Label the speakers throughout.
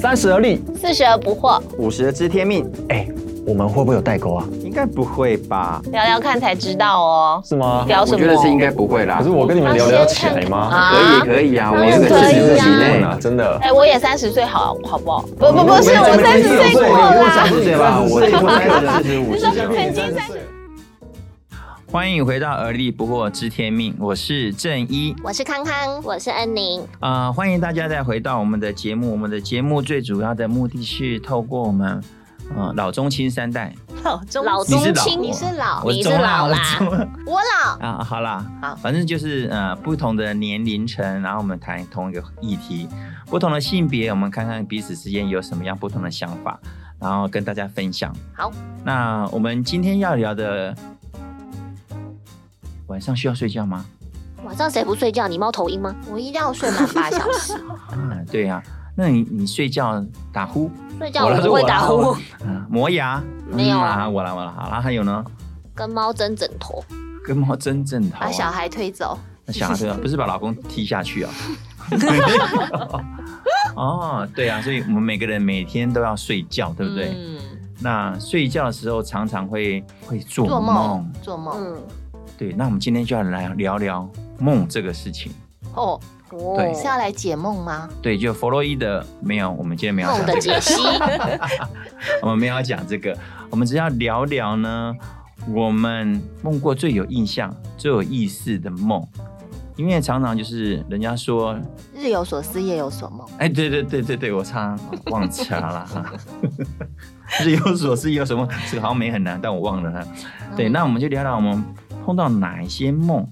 Speaker 1: 三十而立，
Speaker 2: 四十而不惑，
Speaker 3: 五十知天命，
Speaker 1: 哎，我们会不会有代沟啊？
Speaker 3: 应该不会吧？
Speaker 2: 聊聊看才知道哦。
Speaker 1: 是吗？
Speaker 2: 聊什
Speaker 4: 我
Speaker 2: 么？
Speaker 4: 觉得是应该不会啦
Speaker 1: 可是。我跟你们聊聊起来吗？
Speaker 2: 啊
Speaker 4: 可以可以啊，我
Speaker 2: 当
Speaker 4: 有
Speaker 2: 然
Speaker 4: 个
Speaker 2: 可
Speaker 4: 四
Speaker 2: 以
Speaker 4: 十
Speaker 2: 啊
Speaker 4: 自己
Speaker 1: 对
Speaker 4: 内
Speaker 1: 啊，真的。
Speaker 2: 哎、我也三十岁，好好不好？不不不是，
Speaker 1: 哦你
Speaker 2: 我
Speaker 1: 们
Speaker 2: 三
Speaker 1: 你
Speaker 2: 十
Speaker 1: 们
Speaker 2: 岁过
Speaker 1: 你
Speaker 2: 了
Speaker 1: 们
Speaker 2: 啦。
Speaker 4: 不对吧？我
Speaker 3: 我
Speaker 4: 我
Speaker 3: 猜的是五
Speaker 2: 你
Speaker 3: 十
Speaker 2: 说曾经三十，
Speaker 4: 欢迎回到而立不惑知天命，我是正一。
Speaker 5: 我是康康，我是恩宁，
Speaker 4: 啊、欢迎大家再回到我们的节目。我们的节目最主要的目的是透过我们，呃，老中青三代，
Speaker 5: 老
Speaker 4: 你是
Speaker 5: 中
Speaker 4: 老
Speaker 5: 青，
Speaker 4: 你是
Speaker 5: 老
Speaker 4: 我
Speaker 5: 哦你是
Speaker 4: 中
Speaker 5: 老
Speaker 4: 我
Speaker 5: 啦，
Speaker 4: 中
Speaker 5: 我老，
Speaker 4: 啊，好啦，
Speaker 5: 好
Speaker 4: 反正就是呃不同的年龄层，然后我们谈同一个议题，不同的性别，我们看看彼此之间有什么样不同的想法，然后跟大家分享。
Speaker 5: 好，
Speaker 4: 那我们今天要聊的，晚上需要睡觉吗？
Speaker 5: 晚上谁不睡觉？你猫头鹰吗？我一定要睡满八小时，
Speaker 4: 啊，对呀、那你你睡觉打呼，
Speaker 5: 睡
Speaker 4: 哦
Speaker 5: 觉
Speaker 4: 我啦
Speaker 5: 哦我不会打
Speaker 4: 我啦
Speaker 5: 呼，
Speaker 4: 啊，磨牙，
Speaker 5: 没有啊
Speaker 4: 嗯我啦我啦，好啦，还有呢，
Speaker 5: 跟猫争枕头，
Speaker 4: 跟猫争枕头、啊，
Speaker 5: 把小孩推走。
Speaker 4: 那小孩对啊，不是把老公踢下去啊？ 哦，对啊，所以我们每个人每天都要睡觉，对不对？
Speaker 6: 嗯，
Speaker 4: 那睡觉的时候常常会会做
Speaker 6: 做
Speaker 4: 梦，
Speaker 6: 梦，做
Speaker 4: 哦
Speaker 6: 梦。
Speaker 5: 嗯，
Speaker 4: 对。那我们今天就要来聊聊梦这个事情。
Speaker 6: 哦，
Speaker 5: 哦
Speaker 4: 对
Speaker 6: 你是要来解梦吗？
Speaker 4: 对，就弗洛伊德没有，我们今天没有要
Speaker 5: 梦
Speaker 4: 讲
Speaker 5: 的
Speaker 4: 这个，
Speaker 5: 解析，
Speaker 4: 我们没有要讲这个，我们只要聊聊呢，我们梦过最有印象、最有意思的梦，因为常常就是人家说
Speaker 6: 日有所思，夜有所梦。
Speaker 4: 哎，对对对对对，我差忘词了哈。 日有所思，夜有所梦，这个好像没很难，但我忘了它。对，那我们就聊聊我们碰到哪一些梦，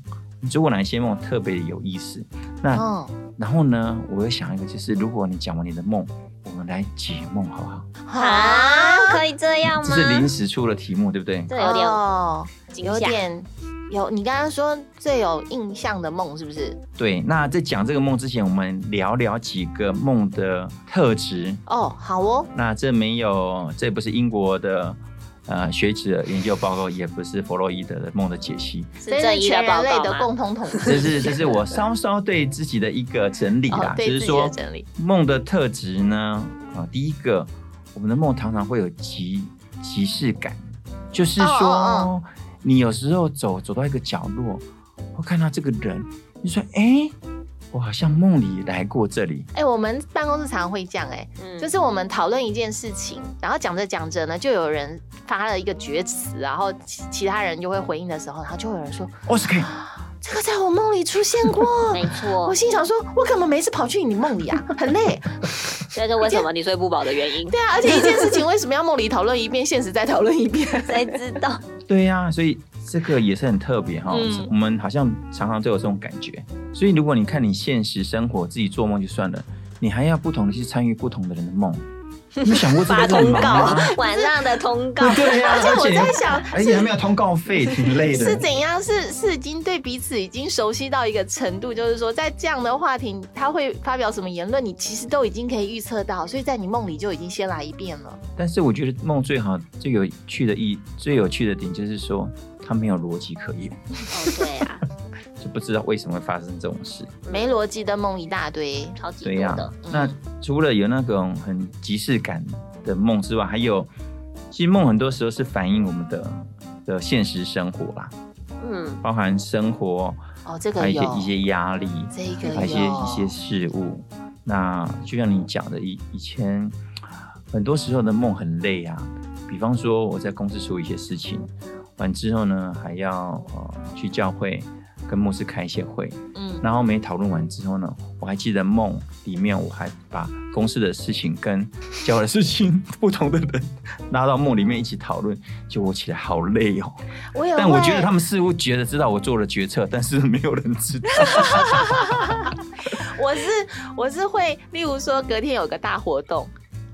Speaker 4: 如果哪一些梦特别有意思。那、
Speaker 6: 哦，
Speaker 4: 然后呢，我又想一个，就是如果你讲完你的梦，我们来解梦好不好？
Speaker 5: 啊，可以这样
Speaker 4: 这
Speaker 5: 吗？
Speaker 4: 是临时出的题目，对不对？
Speaker 5: 这有点
Speaker 6: 哦，
Speaker 5: 惊
Speaker 6: 有
Speaker 5: 吓
Speaker 6: 点有。你刚刚说最有印象的梦是不是？
Speaker 4: 对。那在讲这个梦之前，我们聊聊几个梦的特质。
Speaker 6: 哦，好哦，
Speaker 4: 那这没有，这不是英国的呃学者研究报告，也不是弗洛伊德的梦的 解析，
Speaker 5: 是
Speaker 6: 这
Speaker 5: 正
Speaker 6: 是
Speaker 5: 义
Speaker 6: 全
Speaker 5: 的
Speaker 6: 人
Speaker 5: 报
Speaker 6: 类的
Speaker 5: 告吗？
Speaker 6: 共同统
Speaker 4: 这
Speaker 6: 治。
Speaker 4: 是这是我稍稍对自己的一个整理啦，
Speaker 6: 哦，对
Speaker 4: 就
Speaker 6: 自
Speaker 4: 是
Speaker 6: 己的
Speaker 4: 说
Speaker 6: 整理。
Speaker 4: 梦的特质呢，啊、第一个，我们的梦常常会有即即视感，就是说
Speaker 6: 哦
Speaker 4: 你有时候走走到一个角落，会看到这个人，你说哎。我好像梦里来过这里，
Speaker 6: 哎，我们办公室常常会这样，哎，
Speaker 5: 嗯
Speaker 6: 就是我们讨论一件事情，然后讲着讲着呢，就有人发了一个厥词，然后其其他人就会回应的时候，然后就会有人说
Speaker 4: 我哦是可以，
Speaker 6: 这个在我梦里出现过。
Speaker 5: 没错
Speaker 6: 我，心想说，我干嘛没事跑去你梦里啊？很 累。
Speaker 5: 这是为什么你睡不饱的原因。
Speaker 6: 对啊，而且一件事情为什么要梦里讨论一遍，现实再讨论一遍？
Speaker 5: 谁知道？
Speaker 4: 对呀、所以这个也是很特别哈、
Speaker 6: 嗯
Speaker 4: 我们好像常常都有这种感觉。所以如果你看你现实生活自己做梦就算了，你还要不同的去参与不同的人的梦，你有想过这
Speaker 5: 发
Speaker 4: 个
Speaker 5: 通
Speaker 4: 梦
Speaker 5: 告
Speaker 4: 吗？，
Speaker 5: 晚上的通 告。
Speaker 4: 对呀、
Speaker 6: 而且我在想
Speaker 4: 而且还没哎有通告费，挺累 的。
Speaker 6: 是怎样？是是已经对彼此已经熟悉到一个程度，就是说，在这样的话题，他会发表什么言论，你其实都已经可以预测到，所以在你梦里就已经先来一遍了。
Speaker 4: 但是我觉得梦最好、最有趣的意、最有趣的点就是说，它没有逻辑可言，
Speaker 5: 哦，对啊，
Speaker 4: 就不知道为什么会发生这种事。
Speaker 6: 没逻辑的梦一大堆。
Speaker 5: 超级
Speaker 4: 对
Speaker 5: 多
Speaker 4: 呀、
Speaker 5: 的。
Speaker 4: 那
Speaker 6: 嗯
Speaker 4: 除了有那种很即视感的梦之外，还有，其实梦很多时候是反映我们的的现实生活啦，
Speaker 5: 嗯，
Speaker 4: 包含生活，
Speaker 6: 哦，这
Speaker 4: 还
Speaker 6: 个
Speaker 4: 有
Speaker 6: 有
Speaker 4: 一些一些压力，
Speaker 6: 这个
Speaker 4: 还有一些
Speaker 6: 有
Speaker 4: 一些事物。那就像你讲的，以以前很多时候的梦很累啊，比方说我在公司处理一些事情，完之后呢，还要呃去教会跟牧师开一些会，
Speaker 6: 嗯
Speaker 4: 然后没讨论完之后呢，我还记得梦里面我还把公司的事情跟教会的事情 不同的人拉到梦里面一起讨论，结果我起来好累哦。
Speaker 6: 我有，
Speaker 4: 但我觉得他们似乎觉得知道我做了决策，但是没有人知道。
Speaker 6: 我是我是会，例如说隔天有个大活动，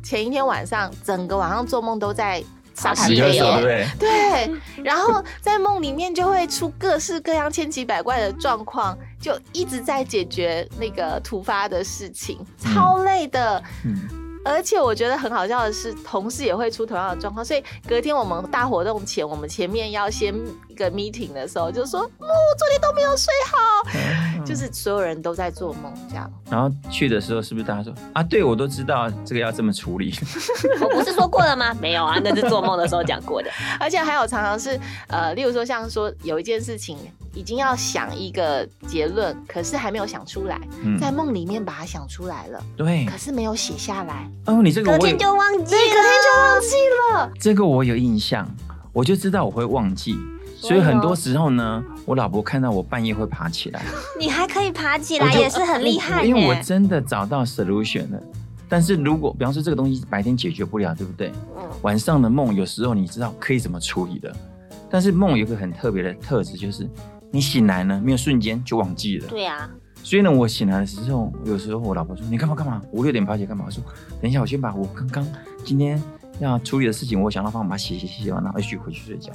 Speaker 6: 前一天晚上整个晚上做梦都在沙盘
Speaker 5: 好
Speaker 6: 推
Speaker 5: 喜
Speaker 6: 演
Speaker 4: 对
Speaker 5: 乐
Speaker 4: 不对？
Speaker 6: 对，然后在梦里面就会出各式各样千奇百怪的状况，就一直在解决那个突发的事情，
Speaker 4: 嗯
Speaker 6: 超累的。
Speaker 4: 嗯，
Speaker 6: 而且我觉得很好笑的是，同事也会出同样的状况，所以隔天我们大活动前，嗯
Speaker 4: 嗯
Speaker 6: 我们前面要先一个 meeting 的时候，就说：“哦，我昨天都没有睡好，就是所有人都在做梦这样。
Speaker 4: 然后去的时候是不是大家说啊？对，我都知道这个要这么处理。
Speaker 5: 我不是说过了吗？没有啊，那是做梦的时候讲过的。
Speaker 6: 而且还有常常是呃，例如说像说有一件事情已经要想一个结论，可是还没有想出来，
Speaker 4: 嗯，
Speaker 6: 在梦里面把它想出来了，
Speaker 4: 对
Speaker 6: 可，是没有写下来，
Speaker 4: 哦，你这个
Speaker 5: 隔
Speaker 4: 我
Speaker 5: 天
Speaker 4: 有
Speaker 5: 就忘记
Speaker 6: 隔天
Speaker 5: 了。
Speaker 6: 就忘记了。
Speaker 4: 这个我有印象，我就知道我会忘记，所以
Speaker 5: 所以
Speaker 4: 很
Speaker 5: 哦
Speaker 4: 多时候呢，我老婆看到我半夜会爬起来，
Speaker 5: 你还可以爬起
Speaker 4: 我
Speaker 5: 来，
Speaker 4: 就
Speaker 5: 也是很厉害
Speaker 4: 因为我
Speaker 5: 耶。
Speaker 4: 真的找到 solution 了。但是如果比方说这个东西白天解决不了，对不对？
Speaker 5: 嗯
Speaker 4: 晚上的梦有时候你知道可以怎么处理的，但是梦有一个很特别的特质，就是你醒来呢，没有瞬间就忘记了。
Speaker 5: 对啊，
Speaker 4: 所以呢，我醒来的时候，有时候我老婆说：“你干嘛干嘛？五六点爬起来干嘛？”我说：“等一下，我先把我刚刚今天要处理的事情，我想到方法把它写写写写完，然后一起回去睡觉。”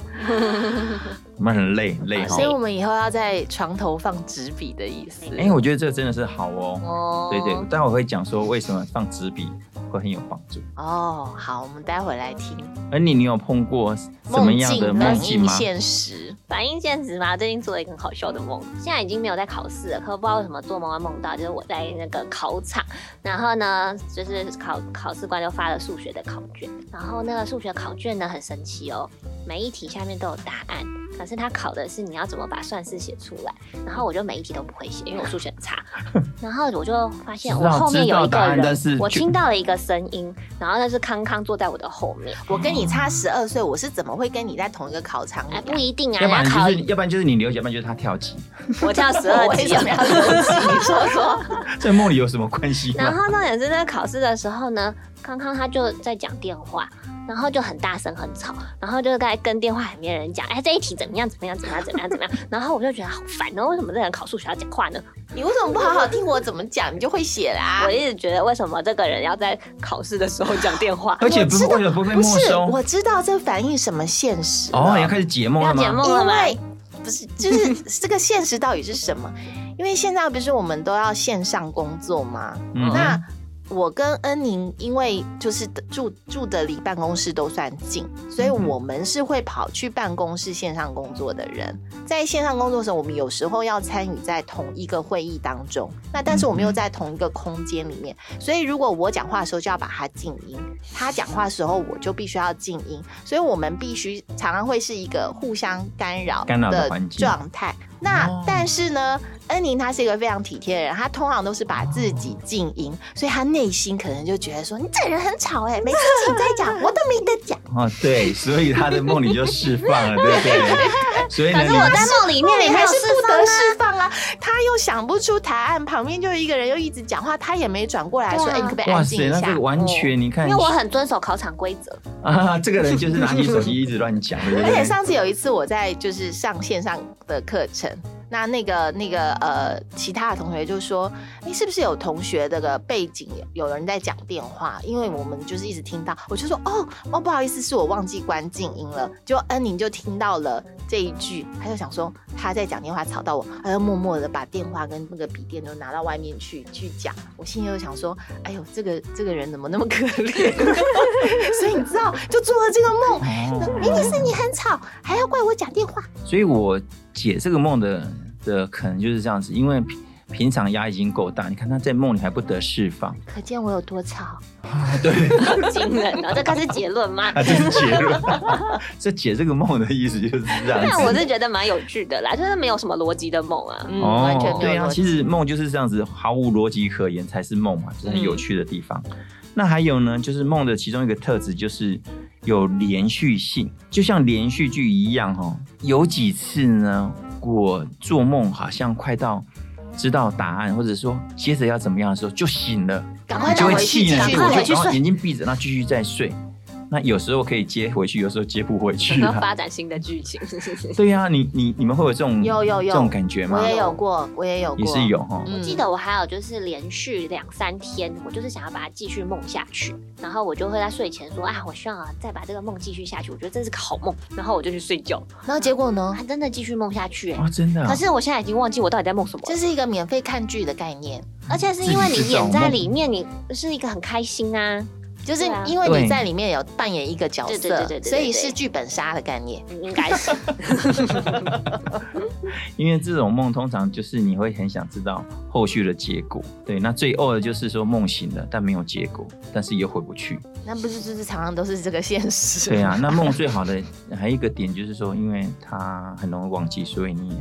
Speaker 4: 我们很累很累哈
Speaker 6: 所以。我们以后要在床头放纸笔的意思。
Speaker 4: 哎、我觉得这真的是好哦。
Speaker 6: 哦
Speaker 4: 对对，待会我会讲说为什么放纸笔会很有帮助。
Speaker 6: 哦，好，我们待会来听
Speaker 4: 而你，你有碰过什么样的梦
Speaker 6: 反
Speaker 4: 境
Speaker 6: 映
Speaker 4: 吗？
Speaker 6: 现实。
Speaker 5: 反映现实嘛。最近做了一个很好笑的梦，现在已经没有在考试了，可不知道为什么做梦会梦到，就是我在那个考场，然后呢，就是考考试官就发了数学的考卷，然后那个数学考卷呢很神奇哦，每一题下面都有答案，可是他考的是你要怎么把算式写出来，然后我就每一题都不会写，因为我数学很差， 然后我就发现
Speaker 4: 知
Speaker 5: 我
Speaker 4: 道
Speaker 5: 后面有一
Speaker 4: 知道答
Speaker 5: 个
Speaker 4: 案但
Speaker 5: 人
Speaker 4: 是，
Speaker 5: 我
Speaker 4: 却
Speaker 5: 听到了一个声音，然后那是康康坐在我的后面，
Speaker 6: 我跟你差十二岁，我是怎么会跟你在同一个考场里、
Speaker 5: 哎，
Speaker 6: 啊？
Speaker 5: 不一定啊，
Speaker 4: 要不然
Speaker 5: 人家考
Speaker 4: 就是，要不然就是你留级，要不然就是他跳级。
Speaker 5: 我跳十 二
Speaker 6: 我为
Speaker 5: 级
Speaker 6: 什
Speaker 5: 有
Speaker 6: 么
Speaker 5: 没有
Speaker 6: 要？留级？你说说。
Speaker 4: 这梦里有什么关系
Speaker 5: 然
Speaker 4: 吗？
Speaker 5: 后重点是在考试的时候呢，康康他就在讲电话，然后就很大声很吵，然后就在跟电话里面的人讲，哎，这一题怎么样怎么样怎么样怎么样怎么样，然后我就觉得好烦哦，为什么这个人考数学要讲话呢？
Speaker 6: 你为什么不好好听我怎么讲，你就会写啦、
Speaker 5: 我一直觉得为什么这个人要在考试的时候讲电话？
Speaker 4: 而且不
Speaker 6: 我
Speaker 4: 是
Speaker 6: 知道
Speaker 4: 为了不被
Speaker 6: 不
Speaker 4: 没
Speaker 6: 是，
Speaker 4: 收
Speaker 6: 我知道这反映什么现实了
Speaker 4: 哦，要开始解梦了
Speaker 5: 要
Speaker 4: 吗？
Speaker 5: 解梦了
Speaker 6: 因
Speaker 5: 吗？
Speaker 6: 为不是就是这个现实到底是什么？因为现在不是我们都要线上工作吗？
Speaker 4: 嗯哼
Speaker 6: 那我跟恩宁因为就是住住的离办公室都算近，所以
Speaker 4: 嗯哼
Speaker 6: 我们是会跑去办公室线上工作的人。在线上工作的时候，我们有时候要参与在同一个会议当中，那但是我们又在同一个空间里面，所以如果我讲话的时候就要把它静音，他讲话的时候我就必须要静音，所以我们必须常常会是一个互相干扰
Speaker 4: 干扰的
Speaker 6: 的
Speaker 4: 环境
Speaker 6: 状态。那、
Speaker 4: 哦
Speaker 6: 但是呢，恩宁他是一个非常体贴的人，他通常都是把自己静音，所以他内心可能就觉得说你这人很吵哎、每次你在讲 我都没得讲。
Speaker 4: 哦，对，所以他的梦里就释放了，对不对？所以呢，
Speaker 5: 可是我 在梦里面
Speaker 6: 那
Speaker 5: 也
Speaker 6: 你
Speaker 5: 没
Speaker 6: 还
Speaker 5: 有
Speaker 6: 是
Speaker 5: 释
Speaker 6: 不
Speaker 5: 放
Speaker 6: 得
Speaker 5: 啊。
Speaker 6: 释放啊！他又想不出答案，旁边就有一个人又一直讲话，他也没转过来说：“
Speaker 5: 对啊
Speaker 6: 哎、你可不可以
Speaker 4: 你哇
Speaker 6: 安静
Speaker 4: 塞，
Speaker 6: 一
Speaker 4: 那
Speaker 6: 下？”嗯
Speaker 4: 这个完全你看
Speaker 5: 因为我很遵守考场规则，
Speaker 4: 啊，这个人就是拿起手机一直乱讲，对不哦
Speaker 6: 而且
Speaker 4: 对？
Speaker 6: 上次有一次我在就是上线上的课程，那那个那个呃，其他的同学就说，哎、是不是有同学这个背景有人在讲电话？因为我们就是一直听到，我就说哦哦，不好意思，是我忘记关静音了。就恩宁就听到了这一句，他就想说他在讲电话吵到我，他就默默的把电话跟那个笔电都拿到外面去去讲。我心里就想说，哎呦，这个这个人怎么那么可怜？ 所以你知道，就做了这个梦，明明哎是你很吵，还要怪我讲电话。
Speaker 4: 所以我解这个梦的的可能就是这样子，因为平平常压力已经够大，你看他在梦里还不得释放，
Speaker 6: 可见我有多吵。
Speaker 5: 惊人啊！这个是结论吗？
Speaker 4: 啊，这是结论。这解这个梦的意思就是这样
Speaker 5: 那
Speaker 4: 子。
Speaker 5: 我是觉得蛮有趣的啦，就是没有什么逻辑的梦啊。
Speaker 6: 嗯，
Speaker 4: 哦
Speaker 6: 完全没有
Speaker 4: 对啊，
Speaker 6: 逻辑
Speaker 4: 其实梦就是这样子，毫无逻辑可言才是梦嘛，这是
Speaker 6: 嗯
Speaker 4: 很有趣的地方。那还有呢，就是梦的其中一个特质就是有连续性，就像连续剧一样哦。有几次呢，我做梦好像快到知道答案，或者说接着要怎么样的时候就醒了，
Speaker 6: 赶
Speaker 4: 你
Speaker 6: 快
Speaker 4: 就
Speaker 6: 拿
Speaker 4: 会
Speaker 6: 回去
Speaker 4: 气
Speaker 6: 继
Speaker 4: 呢，
Speaker 6: 续
Speaker 4: 就我
Speaker 5: 赶快
Speaker 4: 就
Speaker 5: 去
Speaker 4: 然后
Speaker 5: 睡
Speaker 4: 眼睛闭着，然后继续再睡。那有时候可以接回去，有时候接不 回去
Speaker 5: 然后
Speaker 4: 啊。
Speaker 5: 发展新的剧情，
Speaker 4: 对呀、你你你们会有这种
Speaker 6: 有有有
Speaker 4: 这种感觉吗？
Speaker 6: 我也有过，我也有过，
Speaker 4: 也是有哈。
Speaker 6: 嗯。
Speaker 5: 记得我还有就是连续两三天，我就是想要把它继续梦下去，然后我就会在睡前说啊，我希望啊再把这个梦继续下去，我觉得这是个好梦，然后我就去睡觉，
Speaker 6: 然后结果呢？
Speaker 5: 它真的继续梦下去、欸
Speaker 4: 哦，真的啊、
Speaker 5: 可是我现在已经忘记我到底在梦什么
Speaker 6: 这
Speaker 5: 了，
Speaker 6: 是一个免费看剧的概念，
Speaker 5: 而且是因为你演在
Speaker 4: 自己
Speaker 5: 里面，你是一个很开心啊，
Speaker 6: 就是
Speaker 5: 对啊
Speaker 6: 因为你
Speaker 4: 对
Speaker 6: 在里面有扮演一个角
Speaker 5: 对对对
Speaker 6: 色
Speaker 5: 对对，对
Speaker 6: 所以
Speaker 5: 对
Speaker 6: 是剧本杀的概念。
Speaker 5: 应该是
Speaker 4: 因为这种梦通常就是你会很想知道后续的结果。对，那最恶的就是说梦醒了但没有结果，但是又回不去。
Speaker 6: 那不是就是常常都是这个现实？
Speaker 4: 对 啊，那梦最好的还有一个点就是说，因为它很容易忘记，所以你也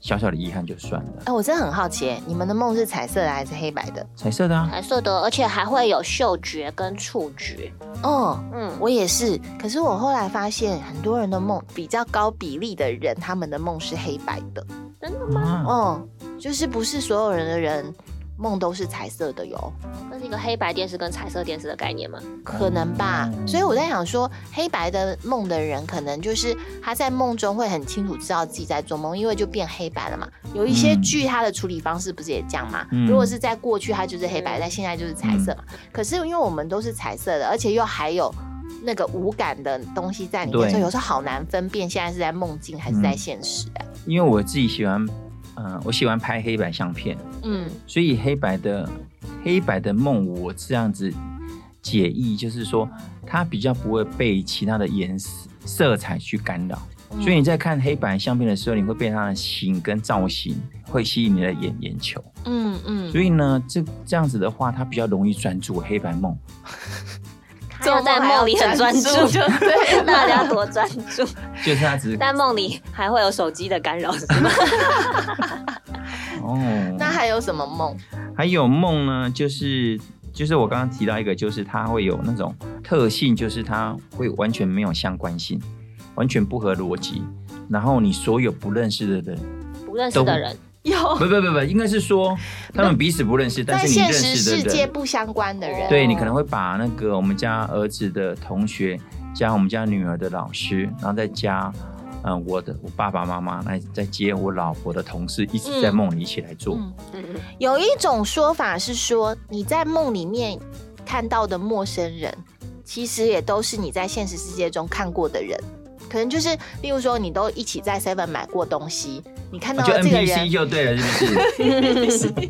Speaker 4: 小小的遗憾就算了。
Speaker 6: 哎、我真的很好奇，你们的梦是彩色的还是黑白的？
Speaker 4: 彩色的啊，
Speaker 5: 还说的，而且还会有嗅觉跟触觉。
Speaker 6: 哦，
Speaker 5: 嗯，
Speaker 6: 我也是。可是我后来发现，很多人的梦比较高比例的人，他们的梦是黑白的。
Speaker 5: 真的吗？
Speaker 4: 啊，
Speaker 6: 哦，就是不是所有人的人梦都是彩色的哟，
Speaker 5: 这是一个黑白电视跟彩色电视的概念吗？
Speaker 6: 可能吧。
Speaker 4: 嗯
Speaker 6: 所以我在想说，黑白的梦的人，可能就是他在梦中会很清楚知道自己在做梦，因为就变黑白了嘛。有一些
Speaker 4: 嗯
Speaker 6: 剧它的处理方式不是也这样吗？
Speaker 4: 嗯
Speaker 6: 如果是在过去，它就是黑白，但现在就是彩色嘛。可是因为我们都是彩色的，而且又还有。那个无感的东西在里面，
Speaker 4: 对
Speaker 6: 所以有时候好难分辨现在是在梦境还是在
Speaker 4: 嗯
Speaker 6: 现实、啊。
Speaker 4: 因为我自己喜欢，嗯、我喜欢拍黑白相片，
Speaker 6: 嗯，
Speaker 4: 所以黑白的黑白的梦，我这样子解译就是说，它比较不会被其他的颜色色彩去干扰。
Speaker 6: 嗯
Speaker 4: 所以你在看黑白相片的时候，你会被它的形跟造型会吸引你的眼眼球。
Speaker 6: 嗯嗯，
Speaker 4: 所以呢，这这样子的话，它比较容易专注黑白梦。
Speaker 5: 他要在梦里很专注，
Speaker 6: 对，
Speaker 5: 那要多专注。
Speaker 4: 就是它只是
Speaker 5: 但梦里还会有手机的干扰，是吗？
Speaker 4: 哦，
Speaker 6: 那还有什么梦？
Speaker 4: 还有梦呢，就是就是我刚刚提到一个，就是它会有那种特性，就是它会完全没有相关性，完全不合逻辑。然后你所有不认识的人，
Speaker 5: 不认识的人，
Speaker 6: 有
Speaker 4: 不不不不，应该是说他们彼此不认识，但
Speaker 6: 在
Speaker 4: 是你
Speaker 6: 现
Speaker 4: 认
Speaker 6: 实
Speaker 4: 识
Speaker 6: 世
Speaker 4: 的
Speaker 6: 界
Speaker 4: 人，
Speaker 6: 不相关的人，
Speaker 4: 对你可能会把那个我们家儿子的同学，加我们家女儿的老师，然后再加。嗯，我的我爸爸妈妈来再接我老婆的同事，一直在梦里一起来做。
Speaker 6: 嗯
Speaker 5: 嗯
Speaker 6: 有一种说法是说，你在梦里面看到的陌生人，其实也都是你在现实世界中看过的人。可能就是，例如说，你都一起在 Seven 买过东西，你看
Speaker 4: 啊
Speaker 6: 到
Speaker 4: 就
Speaker 6: 了这个人
Speaker 4: NPC 就对了，是不是？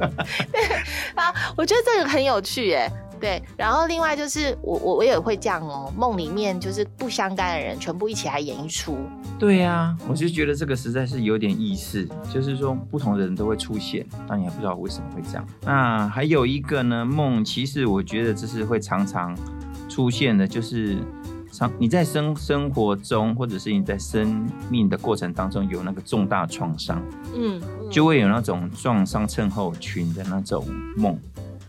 Speaker 6: 啊，我觉得这个很有趣耶。对，然后另外就是我我我也会这样哦，梦里面就是不相干的人全部一起来演一出，
Speaker 4: 对呀、我就觉得这个实在是有点意思，就是说不同的人都会出现，但你还不知道为什么会这样。那还有一个呢，梦其实我觉得这是会常常出现的，就是常你在生生活中，或者是你在生命的过程当中有那个重大创伤，
Speaker 6: 嗯，
Speaker 4: 就会有那种创伤症候群的那种梦。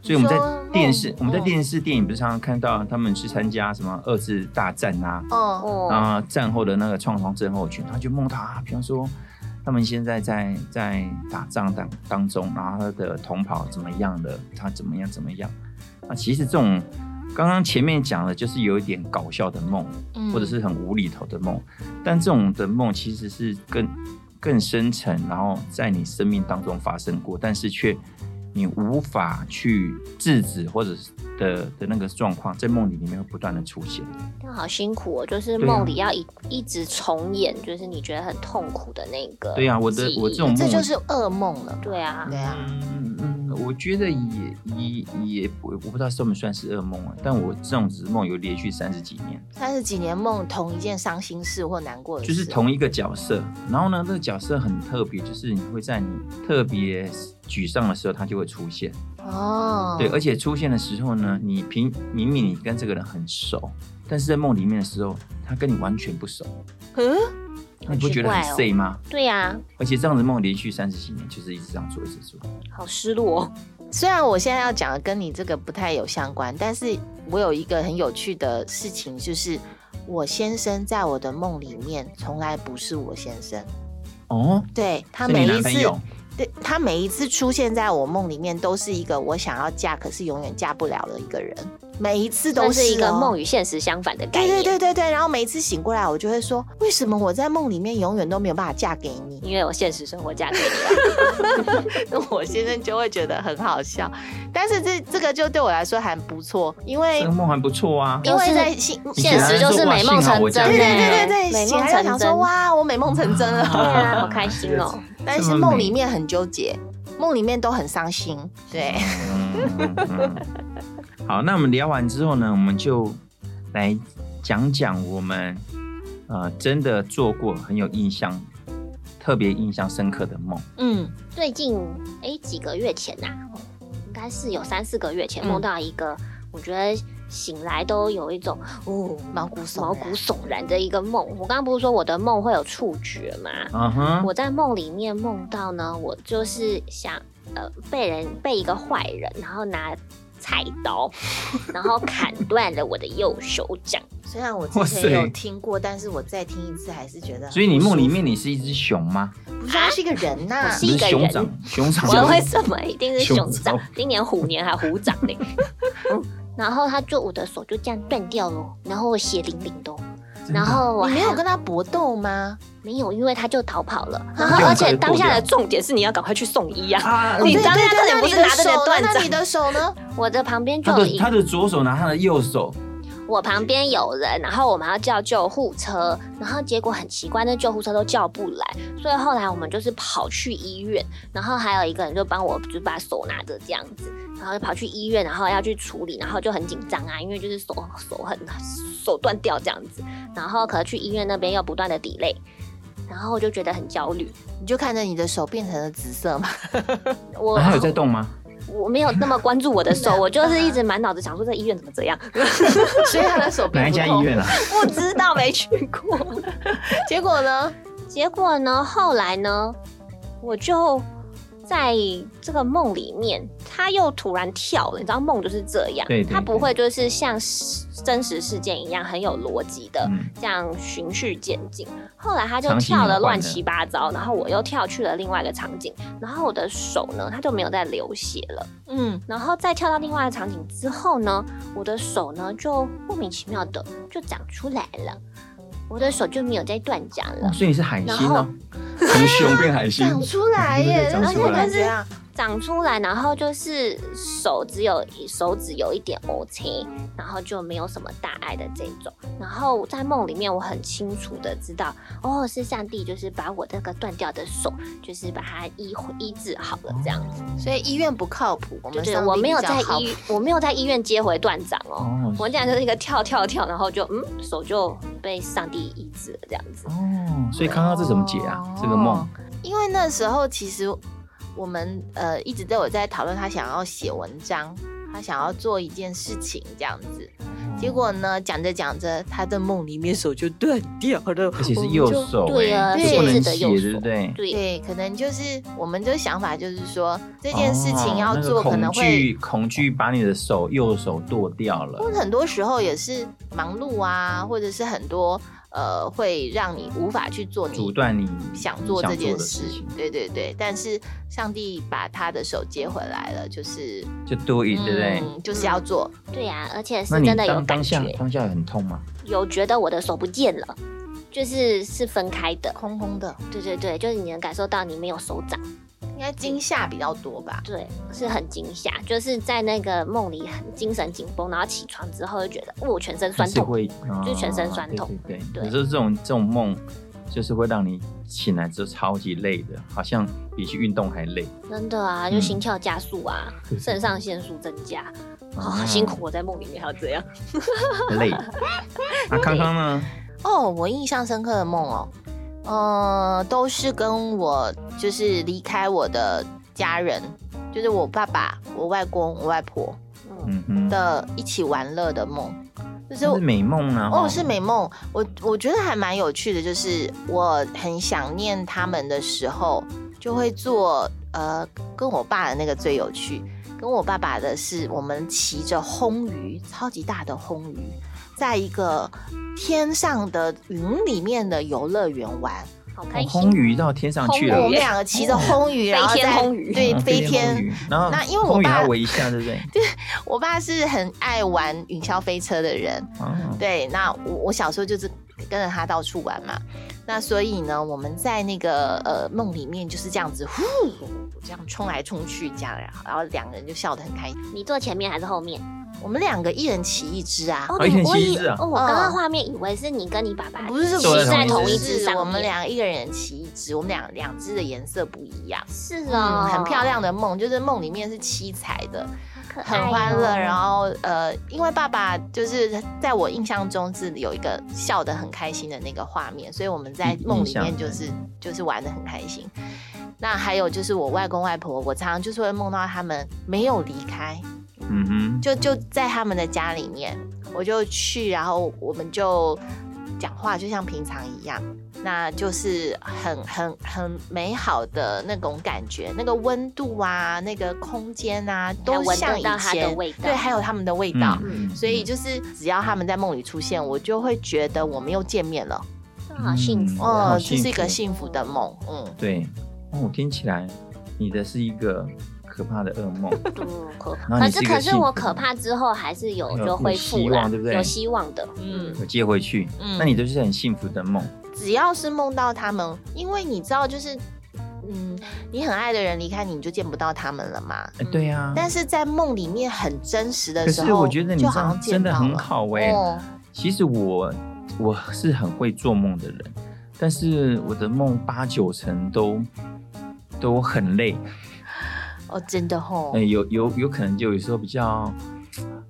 Speaker 4: 所以我们在
Speaker 6: 你说梦
Speaker 4: 电视，我们在
Speaker 6: 嗯
Speaker 4: 电视电影不是常常看到他们去参加什么二次大战啊，
Speaker 6: 哦，
Speaker 5: 哦，
Speaker 4: 啊、战后的那个创伤症候群，他就梦到啊，比方说他们现在在在打仗当当中，然后他的同袍怎么样了，他怎么样怎么样。那其实这种刚刚前面讲的，就是有一点搞笑的梦，
Speaker 6: 嗯
Speaker 4: 或者是很无厘头的梦，但这种的梦其实是更更深层，然后在你生命当中发生过，但是却你无法去制止或者是的的那个状况，在梦里里面会不断的出现。
Speaker 5: 但好辛苦哦，就是
Speaker 4: 对啊
Speaker 5: 梦里要一一直重演，就是你觉得很痛苦的那个。
Speaker 4: 对啊呀我的我这种
Speaker 6: 这就是噩梦了，
Speaker 5: 对啊，
Speaker 6: 对啊，
Speaker 4: 嗯嗯，我觉得也也也不，我不知道算不算是噩梦啊。但我这种子梦有连续三十几年，
Speaker 6: 三十几年梦同一件伤心事或难过的事，
Speaker 4: 就是同一个角色。然后呢，这个角色很特别，就是你会在你特别沮丧的时候，它就会出现。
Speaker 6: 哦，
Speaker 4: 对，而且出现的时候呢，你平明明你跟这个人很熟，但是在梦里面的时候，他跟你完全不熟，
Speaker 6: 嗯，
Speaker 4: 那你不觉得很
Speaker 5: 好奇怪
Speaker 4: say 吗？
Speaker 5: 对啊呀，
Speaker 4: 而且这样子梦连续三十几年，就是一直这样做，一直做。
Speaker 5: 好失落哦。
Speaker 6: 虽然我现在要讲的跟你这个不太有相关，但是我有一个很有趣的事情，就是我先生在我的梦里面从来不是我先生，
Speaker 4: 哦，
Speaker 6: 对他
Speaker 4: 是你
Speaker 6: 每一
Speaker 4: 男朋
Speaker 6: 次
Speaker 4: 友，
Speaker 6: 对他每一次出现在我梦里面，都是一个我想要嫁可是永远嫁不了的一个人，每一次都
Speaker 5: 都
Speaker 6: 是,、哦、
Speaker 5: 是一个梦与现实相反的概
Speaker 6: 对对
Speaker 5: 念。
Speaker 6: 对对对，然后每一次醒过来，我就会说，为什么我在梦里面永远都没有办法嫁给你？
Speaker 5: 因为有现实生活价值。
Speaker 6: 那 我先生就会觉得很好笑，但是这这个就对我来说还不错，因为
Speaker 4: 这个梦还不错啊。
Speaker 6: 因为在心
Speaker 4: 你
Speaker 5: 现实就是美梦成真，欸
Speaker 6: 对
Speaker 4: 对
Speaker 6: 对
Speaker 4: 啊
Speaker 6: 对对对，
Speaker 5: 美
Speaker 6: 醒
Speaker 5: 梦
Speaker 6: 来就
Speaker 5: 成
Speaker 6: 想说
Speaker 5: 真，
Speaker 6: 哇，我美梦成真
Speaker 5: 对
Speaker 6: 了，
Speaker 5: 啊，好开 心哦！
Speaker 6: 但是梦里 面很纠结，梦里面都很伤心。对，
Speaker 4: 嗯嗯嗯 好，那我们聊完之后呢，我们就来讲讲我们呃真的做过很有印象、特别印象深刻的梦。
Speaker 6: 嗯，
Speaker 5: 最近哎、几个月前呐、应该是有三四个月前
Speaker 6: 嗯
Speaker 5: 梦到一个，我觉得醒来都有一种哦
Speaker 6: 毛骨悚
Speaker 5: 毛骨悚然的一个梦。我刚刚不是说我的梦会有触觉吗？
Speaker 4: 嗯哼，
Speaker 5: 我在梦里面梦到呢，我就是想呃被人被一个坏人，然后拿菜刀，然后砍断了我的右手掌。
Speaker 6: 虽然我之
Speaker 4: 哇
Speaker 6: 前
Speaker 4: 塞
Speaker 6: 有听过，但是我再听一次还是觉得。
Speaker 4: 所以你梦里面你是一只熊吗？
Speaker 6: 不是，他是一个人呐、
Speaker 5: 是
Speaker 4: 不
Speaker 5: 一
Speaker 4: 是
Speaker 5: 个人
Speaker 4: 熊掌，熊掌。
Speaker 5: 我为什么一定是熊
Speaker 4: 熊
Speaker 5: 掌
Speaker 4: 掌？
Speaker 5: 今年虎年还虎掌呢、嗯，然后他就我的手就这样断掉了，然后我血淋淋的哦。
Speaker 4: 真的
Speaker 5: 然后我
Speaker 6: 你没
Speaker 5: 还
Speaker 6: 有跟他搏斗吗？
Speaker 5: 没有，因为他就逃跑了。然
Speaker 4: 这
Speaker 5: 后
Speaker 4: 样
Speaker 5: 而且
Speaker 4: 才
Speaker 5: 当下的
Speaker 4: 够
Speaker 5: 重点是你要赶快去送医啊！
Speaker 4: 啊，
Speaker 5: 你
Speaker 6: 对
Speaker 5: 当
Speaker 6: 对
Speaker 5: 下
Speaker 6: 对
Speaker 5: 重点不
Speaker 6: 那
Speaker 5: 是
Speaker 6: 你的
Speaker 5: 拿着你的
Speaker 6: 手
Speaker 5: 断
Speaker 6: 那
Speaker 5: 掌
Speaker 6: 你的手呢？
Speaker 5: 我的旁边就
Speaker 4: 他
Speaker 5: 有
Speaker 4: 的
Speaker 5: 一
Speaker 4: 他的左手拿他的右手，
Speaker 5: 我旁边有人，然后我们要叫救护车，然后结果很奇怪，那救护车都叫不来，所以后来我们就是跑去医院，然后还有一个人就帮我就把手拿着这样子，然后就跑去医院，然后要去处理，然后就很紧张啊，因为就是手手很手断掉这样子，然后可能去医院那边又不断的 delay，然后我就觉得很焦虑，
Speaker 6: 你就看着你的手变成了紫色 嘛。
Speaker 5: 我
Speaker 4: 那啊他有在动吗？
Speaker 5: 我没有那么关注我 的手，我就是一直满脑子想说这医院怎么这样，
Speaker 6: 所以他的手
Speaker 4: 哪
Speaker 6: 变
Speaker 4: 一
Speaker 6: 不
Speaker 4: 家医
Speaker 6: 痛。
Speaker 4: 院啊？
Speaker 5: 不知道没去过。
Speaker 6: 结果 呢？
Speaker 5: 结果呢，后来呢，我就在这个梦里面，他又突然跳了。你知道梦就是这样，
Speaker 4: 对对
Speaker 5: 他不会就是像是真实事件一样很有逻辑的。
Speaker 4: 嗯，
Speaker 5: 这样循序渐进，后来他就
Speaker 4: 场景
Speaker 5: 跳
Speaker 4: 也
Speaker 5: 了
Speaker 4: 换
Speaker 5: 乱
Speaker 4: 了
Speaker 5: 七八糟，然后我又跳去了另外一个场景，然后我的手呢，它就没有再流血了。
Speaker 6: 嗯，
Speaker 5: 然后再跳到另外的场景之后呢，我的手呢就莫名其妙的就长出来了，我的手就没有再断掌了
Speaker 4: 哦，。所以你是海星
Speaker 5: 然
Speaker 4: 哦，从熊变海星。
Speaker 6: 长出来耶，
Speaker 4: 长
Speaker 5: 出来
Speaker 6: 感觉啊，
Speaker 5: 长出来，然后就是手只有手指有一点 O K，然后就没有什么大碍的这种。然后在梦里面，我很清楚的知道，哦，是上帝就是把我这个断掉的手，就是把它医医治好了这样子。
Speaker 6: 所以医院不靠谱，我
Speaker 5: 对
Speaker 6: 们
Speaker 5: 对，
Speaker 6: 上帝
Speaker 5: 我没有
Speaker 6: 比较
Speaker 5: 在
Speaker 6: 靠谱
Speaker 5: 医，我没有在医院接回断掌哦。
Speaker 4: 哦
Speaker 5: 我这样就是一个跳跳跳，然后就嗯，手就被上帝医治了这样子。
Speaker 4: 哦，所以刚刚这怎么解啊？这个梦，
Speaker 6: 因为那时候其实我们呃一直都有在讨论他想要写文章，他想要做一件事情这样子。结果呢，讲着讲着，他的梦里面手就断掉了，
Speaker 4: 而且
Speaker 6: 我
Speaker 4: 是
Speaker 6: 们
Speaker 4: 右
Speaker 6: 就
Speaker 4: 手，
Speaker 5: 对啊
Speaker 4: 哎这不
Speaker 5: 是
Speaker 4: 能
Speaker 5: 的
Speaker 4: 写，
Speaker 5: 右手
Speaker 4: 对不对？
Speaker 5: 对，
Speaker 6: 对，可能就是我们的想法就是说这
Speaker 4: 这
Speaker 6: 件事情要做，可能
Speaker 4: 哦恐
Speaker 6: 会。
Speaker 4: 惧恐惧把你的手右手剁掉了
Speaker 6: 因，为很多时候也是忙碌啊，或者是很多呃，会让你无法去做你
Speaker 4: 阻断你
Speaker 6: 想做这件
Speaker 4: 的
Speaker 6: 事
Speaker 4: 情，，
Speaker 6: 对对对。但是上帝把他的手接回来了，就是
Speaker 4: 就 do it，对不对？
Speaker 6: 嗯，就是要做。
Speaker 5: 对呀、而且
Speaker 4: 那
Speaker 5: 是
Speaker 4: 你
Speaker 5: 真的有
Speaker 4: 当
Speaker 5: 感
Speaker 4: 当下
Speaker 5: 觉，
Speaker 4: 当下很痛吗？
Speaker 5: 有觉得我的手不见了，就是是分开的。
Speaker 6: 空空的，
Speaker 5: 对对对，就是你能感受到你没有手掌，
Speaker 6: 应该惊吓比较多吧？
Speaker 5: 对，是很惊吓，就是在那个梦里很精神紧绷，然后起床之后就觉得，哦，我全身
Speaker 4: 还
Speaker 5: 酸
Speaker 4: 是
Speaker 5: 痛，
Speaker 4: 会，
Speaker 5: 就
Speaker 4: 啊
Speaker 5: 全身酸痛
Speaker 4: 对对
Speaker 5: 对
Speaker 4: 对，有时候这种这种梦，就是会让你醒来之后超级累的，好像比去运动还累。
Speaker 5: 真的啊，
Speaker 4: 嗯
Speaker 5: 就心跳加速啊，肾上腺素增加，啊、
Speaker 4: 啊
Speaker 5: 辛苦我在梦里面还要这样。
Speaker 4: 累。那康康呢？
Speaker 6: 哦，我印象深刻的梦哦，呃，都是跟我就是离开我的家人，就是我爸爸、我外公、我外婆
Speaker 4: 嗯哼，
Speaker 6: 的一起玩乐的梦，就是
Speaker 4: 这是美梦啊呢？
Speaker 6: 哦，是美梦。我我觉得还蛮有趣的，就是我很想念他们的时候，就会做呃，跟我爸的那个最有趣。跟我爸爸的是，我们骑着轰鱼，超级大的轰鱼，在一个天上的云里面的游乐园玩。
Speaker 5: 好
Speaker 4: 哦
Speaker 5: 开
Speaker 4: 轰
Speaker 5: 心，
Speaker 4: 鱼到天上去
Speaker 5: 对
Speaker 6: 我
Speaker 5: 轰
Speaker 6: 们
Speaker 4: 了。
Speaker 5: 鱼
Speaker 6: 两个骑着轰鱼，然后
Speaker 5: 飞天
Speaker 6: 在
Speaker 5: 轰鱼
Speaker 6: 对
Speaker 4: 嗯，
Speaker 6: 啊飞
Speaker 4: 轰
Speaker 6: 天。
Speaker 4: 鱼，然后
Speaker 6: 那因为我
Speaker 4: 轰鱼
Speaker 6: 爸
Speaker 4: 还要围一下，对不对？
Speaker 6: 我爸是很爱玩云霄飞车的人，
Speaker 4: 哦
Speaker 6: 对，那我我小时候就是跟着他到处玩嘛，那所以呢，我们在那个呃梦里面就是这样子呼这样冲来冲去这样，然后两个人就笑得很开心。
Speaker 5: 你坐前面还是后面？
Speaker 6: 我们两个一人骑一只啊，
Speaker 5: 哦
Speaker 4: 哦一人
Speaker 5: 我
Speaker 4: 骑一
Speaker 5: 以
Speaker 4: 只啊
Speaker 5: 哦，我刚刚
Speaker 6: 嗯
Speaker 5: 画面以为是你跟你爸爸，
Speaker 6: 不是
Speaker 5: 骑
Speaker 4: 坐
Speaker 5: 在
Speaker 4: 在同
Speaker 5: 同
Speaker 4: 一
Speaker 5: 一
Speaker 4: 只
Speaker 5: 只
Speaker 6: 是
Speaker 5: 上面，
Speaker 6: 我们两个一个人骑一只，我们两两只的颜色不一样。
Speaker 5: 是
Speaker 6: 嗯
Speaker 5: 哦，
Speaker 6: 很漂。亮的梦，就是梦里面是七彩的。
Speaker 5: 可爱
Speaker 6: 很
Speaker 5: 哦
Speaker 6: 欢乐，然后呃，因为爸爸就是在我印象中是有一个笑得很开心的那个画面，所以我们在
Speaker 4: 嗯印
Speaker 6: 梦
Speaker 4: 印
Speaker 6: 里
Speaker 4: 象
Speaker 6: 面就是就是玩得很开心。那还有就是我外公外婆，我常常就是会梦到他们没有离开，
Speaker 4: 嗯哼，
Speaker 6: 就就在他们的家里面，我就去，然后我们就讲话，就像平常一样，那就是很很很美好的那种感觉，那个温度啊，那个空间啊，
Speaker 5: 还
Speaker 6: 都
Speaker 5: 闻
Speaker 6: 像
Speaker 5: 得
Speaker 6: 以
Speaker 5: 到它的
Speaker 6: 前，
Speaker 5: 味道，
Speaker 6: 对，还有他们的味道。
Speaker 5: 嗯
Speaker 6: 所以就是只要他们在梦里出现，我就会觉得我们又见面了，
Speaker 5: 好幸福
Speaker 4: 嗯
Speaker 5: 哦，
Speaker 6: 哦、
Speaker 4: 好
Speaker 6: 这
Speaker 4: 幸
Speaker 6: 是一个
Speaker 4: 福
Speaker 6: 幸福的梦，嗯，
Speaker 4: 对，哦，听起来你的是一个可怕的噩 梦，
Speaker 5: 嗯可
Speaker 4: 然后
Speaker 5: 可
Speaker 4: 你
Speaker 5: 是
Speaker 4: 是一个
Speaker 5: 可是我
Speaker 4: 幸福的
Speaker 5: 可怕之后还是有
Speaker 4: 有
Speaker 5: 就恢复
Speaker 4: 有希
Speaker 5: 了
Speaker 4: 望对不，对
Speaker 5: 有希望的，嗯
Speaker 6: 嗯，
Speaker 4: 我接回去，
Speaker 6: 嗯
Speaker 4: 那你就是很幸福的梦，
Speaker 6: 只要是梦到他们，因为你知道就是。嗯，你很爱的人离开你，你就见不到他们了嘛。
Speaker 4: 哎对
Speaker 6: 嗯
Speaker 4: 呀、
Speaker 6: 但是在梦里面很真实的
Speaker 4: 可
Speaker 6: 时候，
Speaker 4: 是我觉得你
Speaker 6: 就
Speaker 4: 这
Speaker 6: 好
Speaker 4: 样
Speaker 6: 像
Speaker 4: 真
Speaker 6: 见
Speaker 4: 的
Speaker 6: 到
Speaker 4: 很
Speaker 6: 了。
Speaker 4: 好哎、
Speaker 6: 哦
Speaker 4: 其实我我是很会做梦的人，但是我的梦八九成都都很累，
Speaker 6: 哦，真的吼、
Speaker 4: 呃、有有有可能就有时候比较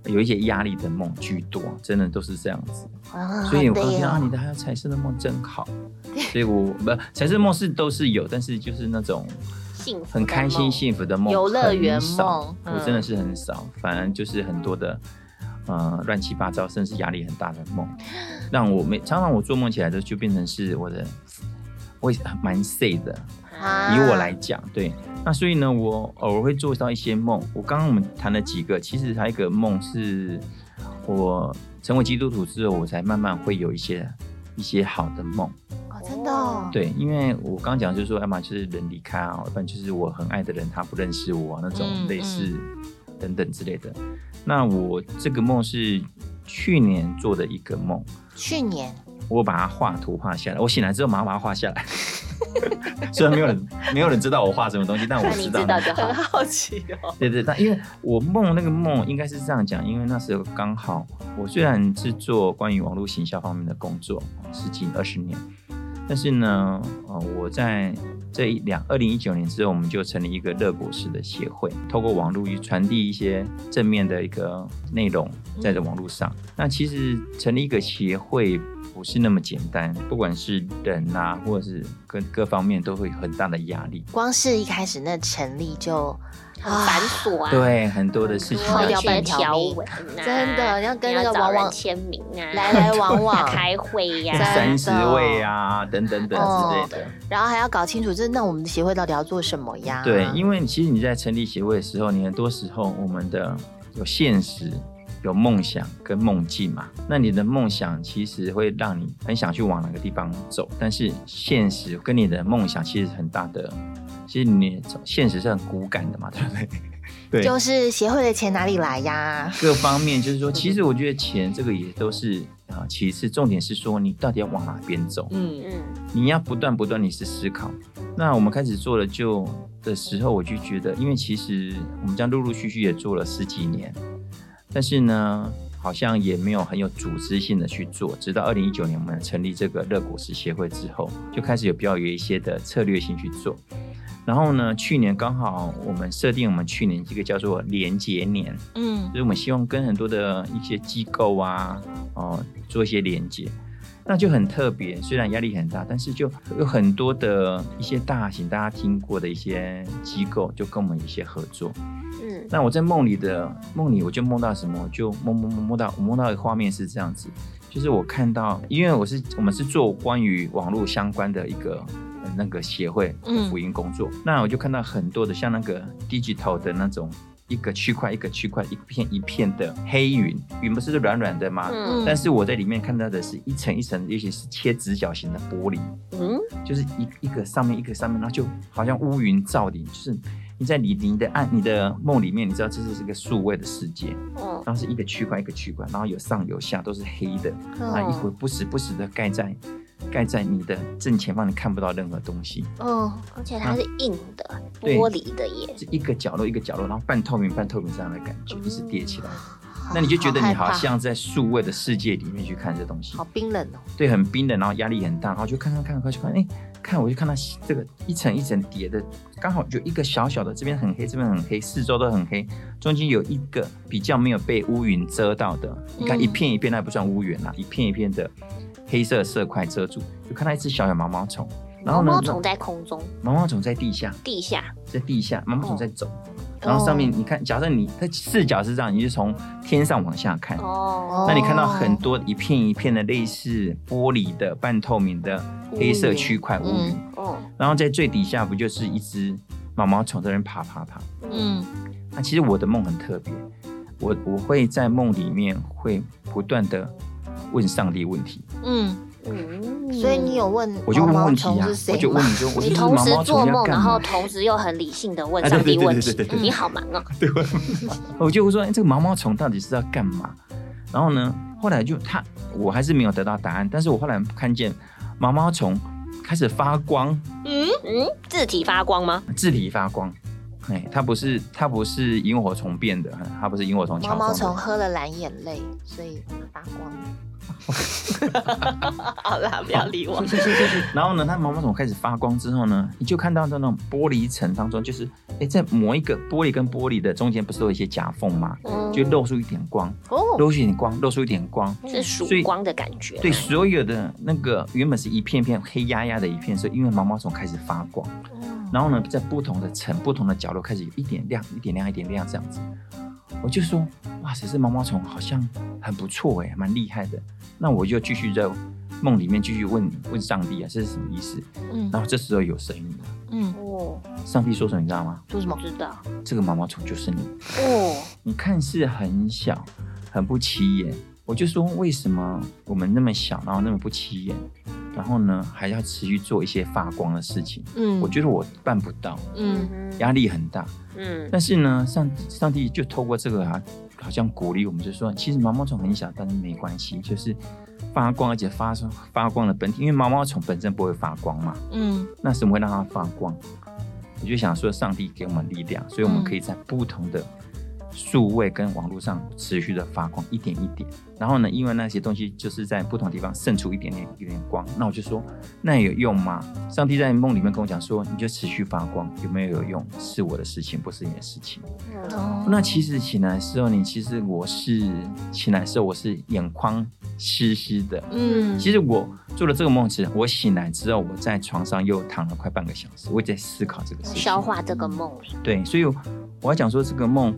Speaker 4: 有一些压力的梦居多，真的都是这样子。
Speaker 6: 啊
Speaker 4: 哎所以我
Speaker 6: 好
Speaker 4: 发
Speaker 6: 累
Speaker 4: 现
Speaker 6: 哦
Speaker 4: 啊，你的还有彩色的梦真好。所以我不彩色梦是都是有，但是就是那种
Speaker 5: 幸福
Speaker 4: 很开心、幸福的梦，
Speaker 6: 游乐园
Speaker 4: 很少
Speaker 6: 梦嗯
Speaker 4: 我真的是很少，反而就是很多的，呃，乱七八糟，甚至压力很大的梦，让我每常常我做梦起来的就变成是我的，我也蛮 sad 的。
Speaker 6: 啊
Speaker 4: 以我来讲，对，那所以呢，我偶尔会做到一些梦。我刚刚我们谈了几个，其实还有一个梦是，我成为基督徒之后，我才慢慢会有一些一些好的梦。
Speaker 6: 哦，真的、哦，
Speaker 4: 对，因为我刚刚讲就是说，要么就是人离开啊，要不然就是我很爱的人他不认识我啊，那种
Speaker 6: 嗯
Speaker 4: 类似等等之类的。那我这个梦是去年做的一个梦，
Speaker 6: 去 年
Speaker 4: 我把它画图画下来。我醒来之后马上把它画 下来，虽然没有人没有人知道我画什么东西，但我
Speaker 5: 那你
Speaker 4: 知道。
Speaker 5: 知道 就好。
Speaker 6: 好奇哦，
Speaker 4: 对对，但因为我梦那个梦应该是这样讲，因为那时候刚好我虽然是做关于网络行销方面的工作十几二十年，但是呢，呃，我在这一两二零一九年之后，我们就成立一个乐果式的协会，透过网络去传递一些正面的一个内容在这网络上。那其实成立一个协会。不是那么简单，不管是人啊，或者是各各方面都会有很大的压力，
Speaker 6: 光是一开始那成立就
Speaker 5: 很繁琐啊，，
Speaker 4: 对很多的事情
Speaker 5: 然后
Speaker 4: 要
Speaker 5: 哦要
Speaker 6: 要
Speaker 5: 办
Speaker 6: 办
Speaker 5: 条
Speaker 6: 条
Speaker 5: 文啊，
Speaker 6: 真的要跟那个
Speaker 5: 你要找
Speaker 6: 往
Speaker 5: 人
Speaker 6: 往
Speaker 5: 签名啊，
Speaker 6: 来 来往
Speaker 5: 要
Speaker 6: 往，
Speaker 5: 开会呀、
Speaker 6: 真
Speaker 4: 三
Speaker 6: 的哦
Speaker 4: 十位啊，等等等之类的。
Speaker 6: 然后还要搞清楚，就是那我们的协会到底要做什么呀？
Speaker 4: 对，因为其实你在成立协会的时候，你很多时候我们的有现实、有梦想跟梦境嘛。那你的梦想其实会让你很想去往哪个地方走，但是现实跟你的梦想其实很大的，其实你现实是很骨感的嘛， 对不对？对，
Speaker 6: 就是协会的钱哪里来呀？
Speaker 4: 各方面，就是说，其实我觉得钱这个也都是啊、其次，重点是说你到底要往哪边走。
Speaker 6: 嗯，
Speaker 5: 嗯，
Speaker 4: 你要不断不断地去思考。那我们开始做了就的时候，我就觉得，因为其实我们这样陆陆续续也做了十几年，但是呢，好像也没有很有组织性的去做。直到二零一九年我们成立这个乐果实协会之后，就开始有比较有一些的策略性去做。然后呢，去年刚好我们设定我们去年这个叫做连结年，
Speaker 6: 嗯，
Speaker 4: 所以我们希望跟很多的一些机构啊，哦、做一些连接，那就很特别。虽然压力很大，但是就有很多的一些大型大家听过的一些机构，就跟我们有一些合作。
Speaker 5: 嗯，
Speaker 4: 那我在梦里的梦里，我就梦到什么，我就梦梦梦梦到我梦到的画面是这样子，就是我看到，因为我是我们是做关于网络相关的一个。呃那个协会的福音工作，那我就看到很多的像那个 digital 的那种一个区块一个区块一片一片的黑云，云不是软软的吗？
Speaker 5: 嗯
Speaker 4: 但是我在里面看到的是一层一层，尤其是切直角形的玻璃，
Speaker 5: 嗯，
Speaker 4: 就是一一个上面一个上面，然后就好像乌云罩顶，就是你在你你的暗你的梦里面，你知道这是这个数位的世界，
Speaker 5: 哦，
Speaker 4: 然后是一个区块一个区块，然后有上有下都是黑的，
Speaker 6: 嗯
Speaker 4: 那一会不时不时的盖在盖在你的正前方，你看不到任何东西，
Speaker 6: 嗯，
Speaker 5: 而且它是硬的，
Speaker 4: 啊对
Speaker 5: 玻璃的耶，
Speaker 4: 是一个角落一个角落，然后半透明半透明这样的感觉，一直叠起来，那你就觉得你好
Speaker 6: 嗯害怕
Speaker 4: 像在数位的世界里面去看这东西
Speaker 6: 好，冰冷哦，
Speaker 4: 对，很冰冷，然后压力很大，然后就看看看，快去看，哎，看我就看它这个一层一层叠的，刚好就一个小小的，这边很黑，这边很黑，四周都很黑，中间有一个比较没有被乌云遮到的，你看
Speaker 5: 嗯
Speaker 4: 一片一片，那不算乌云啦，一片一片的黑色色块遮住，就看到一只小小毛毛虫，然后
Speaker 5: 毛
Speaker 4: 呢，
Speaker 5: 毛虫在空中、
Speaker 4: 毛毛虫在地下，
Speaker 5: 地下，
Speaker 4: 在地下，毛毛虫
Speaker 5: 哦
Speaker 4: 在走，然后上面你看，假设你它视角是这样，你就从天上往下看，
Speaker 5: 哦，
Speaker 4: 那你看到很多一片一片的类似玻璃的半透明的黑色区块乌云，
Speaker 5: 哦，
Speaker 4: 然后在最底下不就是一只毛毛虫在那边爬爬爬？
Speaker 5: 嗯，
Speaker 4: 那其实我的梦很特别，我我会在梦里面会不断的问上帝问题，
Speaker 6: 嗯，
Speaker 5: 嗯，
Speaker 6: 所以你有问
Speaker 4: 我就
Speaker 6: 毛
Speaker 4: 问
Speaker 6: 毛
Speaker 4: 问题
Speaker 6: 虫
Speaker 4: 啊
Speaker 6: 是，谁
Speaker 4: 我就问
Speaker 6: 吗
Speaker 4: 你说，我就
Speaker 5: 你
Speaker 4: 是
Speaker 5: 同
Speaker 4: 毛
Speaker 5: 时
Speaker 4: 毛
Speaker 5: 做
Speaker 4: 虫要
Speaker 5: 梦，然
Speaker 4: 干
Speaker 5: 后
Speaker 4: 嘛？
Speaker 5: 同时又很理性的问
Speaker 4: 啊对
Speaker 5: 上
Speaker 4: 对
Speaker 5: 帝
Speaker 4: 对
Speaker 5: 问
Speaker 4: 对
Speaker 5: 题
Speaker 4: 对对，对
Speaker 5: 你好忙哦，
Speaker 4: 我就会说，哎、这个毛毛虫到底是要干嘛？然后呢，后来就他，我还是没有得到答案，但是我后来看见毛毛虫开始发光，
Speaker 5: 嗯，字体发光吗？
Speaker 4: 字体发光。哎，它不是它不是萤火虫变的，它不是萤火虫
Speaker 6: 毛
Speaker 4: 乔
Speaker 6: 毛
Speaker 4: 装
Speaker 6: 虫
Speaker 4: 的。
Speaker 6: 喝了蓝眼泪，所以发 光。
Speaker 5: 好啦，不要理我。
Speaker 4: 然后呢，它毛毛虫开始发光之后呢，你就看到在那种玻璃层当中，就是哎，在某一个玻璃跟玻璃的中间不是有一些夹缝吗？
Speaker 5: 嗯
Speaker 4: 就露出一点光，
Speaker 6: 哦，
Speaker 4: 露出一点光，露出一点光。
Speaker 5: 是曙
Speaker 4: 所以
Speaker 5: 光的感觉，
Speaker 4: 对，所有的那个原本是一片片黑压压的一片，所以因为毛毛虫开始发光，然后呢，在不同的层、不同的角落开始有一点亮、一点亮、一点亮这样子。我就说，哇塞，这毛毛虫好像很不错哎，蛮厉害的。那我就继续在梦里面继续问问上帝啊，这是什么意思？
Speaker 6: 嗯
Speaker 4: 然后这时候有声音了，
Speaker 6: 嗯，
Speaker 5: 哦，
Speaker 4: 上帝说什么你知道吗？
Speaker 6: 说什么？
Speaker 5: 知道
Speaker 4: 这个毛毛虫就是你。
Speaker 5: 哦，
Speaker 4: 你看似很小，很不起眼。我就说，为什么我们那么小，然后那么不起眼，然后呢还要持续做一些发光的事情？
Speaker 6: 嗯
Speaker 4: 我觉得我办不到，
Speaker 6: 嗯
Speaker 4: 压力很大。
Speaker 5: 嗯
Speaker 4: 但是呢，上上帝就透过这个啊，好像鼓励我们，就说其实毛毛虫很小，但是没关系，就是发光，而且发发光的本体，因为毛毛虫本身不会发光嘛，
Speaker 6: 嗯
Speaker 4: 那什么会让它发光？我就想说，上帝给我们力量，所以我们可以在不同的数位跟网络上持续的发光，一点一点。然后呢，因为那些东西就是在不同地方渗出一点点一点点光，那我就说，那有用吗？上帝在梦里面跟我讲说，你就持续发光，有没有用？是我的事情，不是你的事情。
Speaker 5: 嗯
Speaker 6: 哦
Speaker 4: 那其实醒来的时候，你其实我是醒来的时候，我是眼眶湿湿的，
Speaker 6: 嗯
Speaker 4: 其实我做了这个梦之后，我醒来之后，我在床上又躺了快半个小时，我一直在思考这个事情。
Speaker 5: 消化这个梦，
Speaker 4: 对，所以我要讲说，这个梦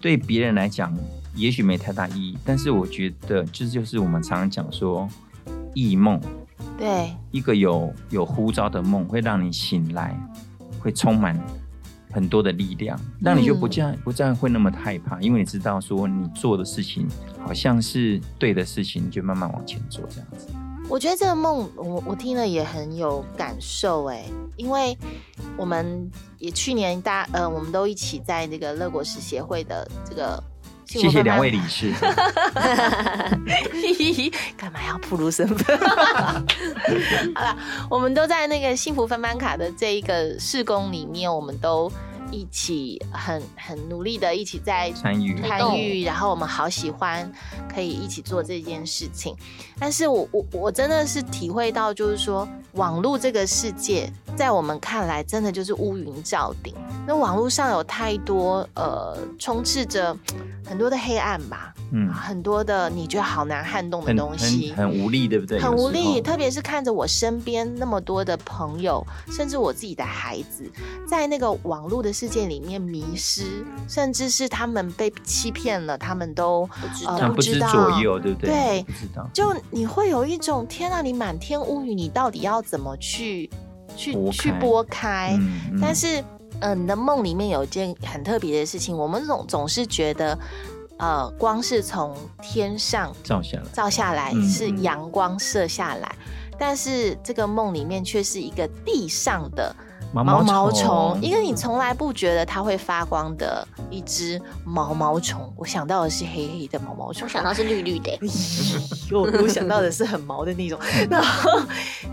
Speaker 4: 对别人来讲也许没太大意义，但是我觉得这就是我们常常讲说异梦，
Speaker 6: 对，
Speaker 4: 一个有有呼召的梦，会让你醒来，会充满很多的力量，
Speaker 5: 嗯
Speaker 4: 让你就不再不再会那么害怕，因为你知道说你做的事情好像是对的事情，你就慢慢往前做这样子。
Speaker 6: 我觉得这个梦，我我听了也很有感受哎，因为我们也去年大呃，我们都一起在那个乐果实协会的这个新
Speaker 4: 谢
Speaker 6: 闻
Speaker 4: 谢
Speaker 6: 贩卖
Speaker 4: 两位理事。
Speaker 6: 干嘛要暴露身份？ 好了，我们都在那个幸福翻翻卡的这一个试工里面，我们都一起很很努力的一起在
Speaker 4: 参与
Speaker 6: 参与，然后我们好喜欢可以一起做这件事情。但是我我我真的是体会到，就是说网络这个世界，在我们看来真的就是乌云罩顶。那网络上有太多呃充斥着很多的黑暗吧，
Speaker 4: 嗯，
Speaker 6: 很多的你觉得好难撼动的
Speaker 4: 很
Speaker 6: 东西
Speaker 4: 很。很无力，对不对？
Speaker 6: 很
Speaker 4: 有时
Speaker 6: 无
Speaker 4: 候
Speaker 6: 力，特别是看着我身边那么多的朋友，甚至我自己的孩子，在那个网络的世界里面迷失，甚至是他们被欺骗了，他们都
Speaker 5: 不知
Speaker 6: 呃
Speaker 4: 他
Speaker 5: 道
Speaker 4: 嗯不知左右，对不对？
Speaker 6: 对
Speaker 4: 不知道。
Speaker 6: 就你会有一种天啊，你满天乌云，你到底要怎么去去
Speaker 4: 拨开
Speaker 6: 去拨开？
Speaker 4: 嗯，嗯
Speaker 6: 但是，呃，你的梦里面有一件很特别的事情，我们总总是觉得，呃，光是从天上
Speaker 4: 照下来，
Speaker 6: 照下来
Speaker 4: 嗯
Speaker 6: 是
Speaker 4: 嗯
Speaker 6: 阳光射下来，但是这个梦里面却是一个地上的
Speaker 4: 毛
Speaker 6: 毛毛
Speaker 4: 毛
Speaker 5: 嗯
Speaker 6: 虫，因为你从来不觉得它会发光的一只毛毛虫。我想到的是黑黑的毛毛虫，
Speaker 5: 我想到是绿绿的，
Speaker 6: 我我想到的是很毛的那种，
Speaker 5: 嗯
Speaker 6: 然后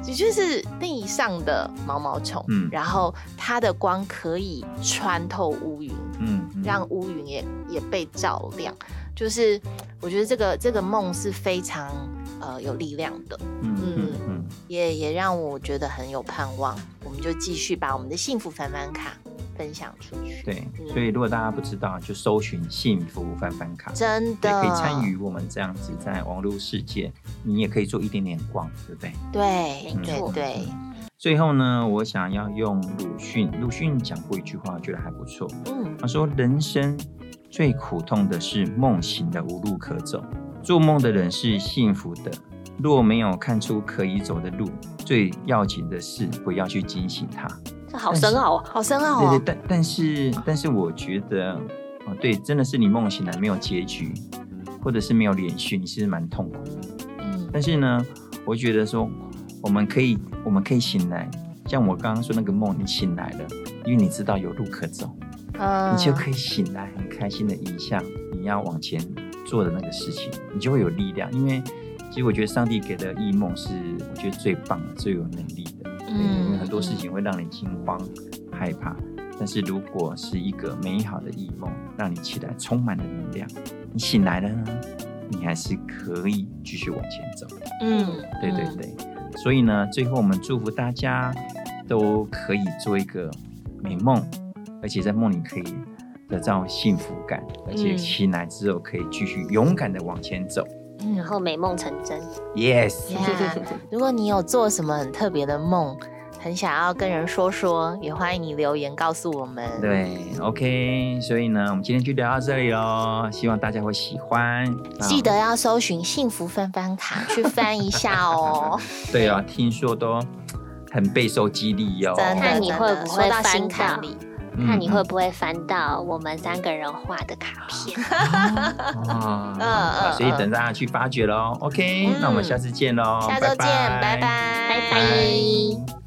Speaker 6: 的确是地上的毛毛虫，
Speaker 4: 嗯
Speaker 6: 然后它的光可以穿透乌云，
Speaker 4: 嗯，嗯
Speaker 6: 让乌云也也被照亮。就是我觉得这个这个梦是非常呃有力量的，
Speaker 4: 嗯嗯嗯，
Speaker 6: 也也让我觉得很有盼望。我们就继续把我们的幸福翻翻卡分享出去，
Speaker 4: 对，所以如果大家不知道，就搜寻幸福翻翻卡。
Speaker 6: 真
Speaker 4: 也
Speaker 6: 的
Speaker 4: 可以参与我们这样子在网络世界，你也可以做一点点逛，对不对？嗯
Speaker 6: 对，
Speaker 5: 没
Speaker 6: 对
Speaker 5: 错
Speaker 6: 对，
Speaker 4: 最后呢，我想要用鲁迅，鲁迅讲过一句话，觉得还不错。
Speaker 6: 嗯，
Speaker 4: 他说：“人生最苦痛的是梦醒的无路可走，做梦的人是幸福的。若没有看出可以走的路，最要紧的是不要去惊醒它。
Speaker 5: 这好深奥啊！
Speaker 6: 好深奥
Speaker 4: 对对，
Speaker 6: 哦，
Speaker 4: 但但是但是我觉得，哦，对，真的是你梦醒了没有结局，或者是没有连续，你其实蛮痛苦的。
Speaker 6: 嗯
Speaker 4: 但是呢，我觉得说，我们可以，我们可以醒来。像我刚刚说那个梦，你醒来了，因为你知道有路可走，
Speaker 6: 嗯
Speaker 4: 你就可以醒来，很开心的迎向你要往前做的那个事情，你就会有力量。因为其实我觉得上帝给的异梦是我觉得最棒、最有能力的。
Speaker 6: 嗯
Speaker 4: 因为很多事情会让你惊慌、害怕，但是如果是一个美好的异梦，让你起来充满了能量，你醒来了呢，你还是可以继续往前走。
Speaker 6: 嗯，
Speaker 4: 对对
Speaker 6: 嗯
Speaker 4: 对，所以呢，最后我们祝福大家都可以做一个美梦，而且在梦里可以得到幸福感，而且
Speaker 6: 嗯
Speaker 4: 醒来之后可以继续勇敢的往前走。
Speaker 6: 嗯
Speaker 5: 然 后美梦成真，
Speaker 4: Yes，
Speaker 6: Yeah，如果你有做什么很特别的梦，很想要跟人说说，也欢迎你留言告诉我们。，
Speaker 4: 对，OK，所以呢，我们今天就聊到这里喽，希望大家会喜欢。
Speaker 5: 嗯
Speaker 4: 那
Speaker 6: 记得要搜寻“幸福翻翻 卡”去翻一下哦。
Speaker 4: 对啊，听说都很备受激励哟、哦。
Speaker 6: 真的，
Speaker 5: 看你会
Speaker 6: 真的
Speaker 5: 不会
Speaker 6: 说到
Speaker 5: 翻
Speaker 6: 心坎
Speaker 5: 到
Speaker 6: 里？
Speaker 4: 嗯
Speaker 5: 看你会不会翻到我们三个人画的卡片。
Speaker 4: 啊
Speaker 6: 嗯嗯
Speaker 4: 所以等大家去发掘喽。OK，、
Speaker 6: 嗯
Speaker 4: 那我们下次见喽，
Speaker 6: 下周见，
Speaker 4: 拜
Speaker 6: 拜拜
Speaker 5: 拜拜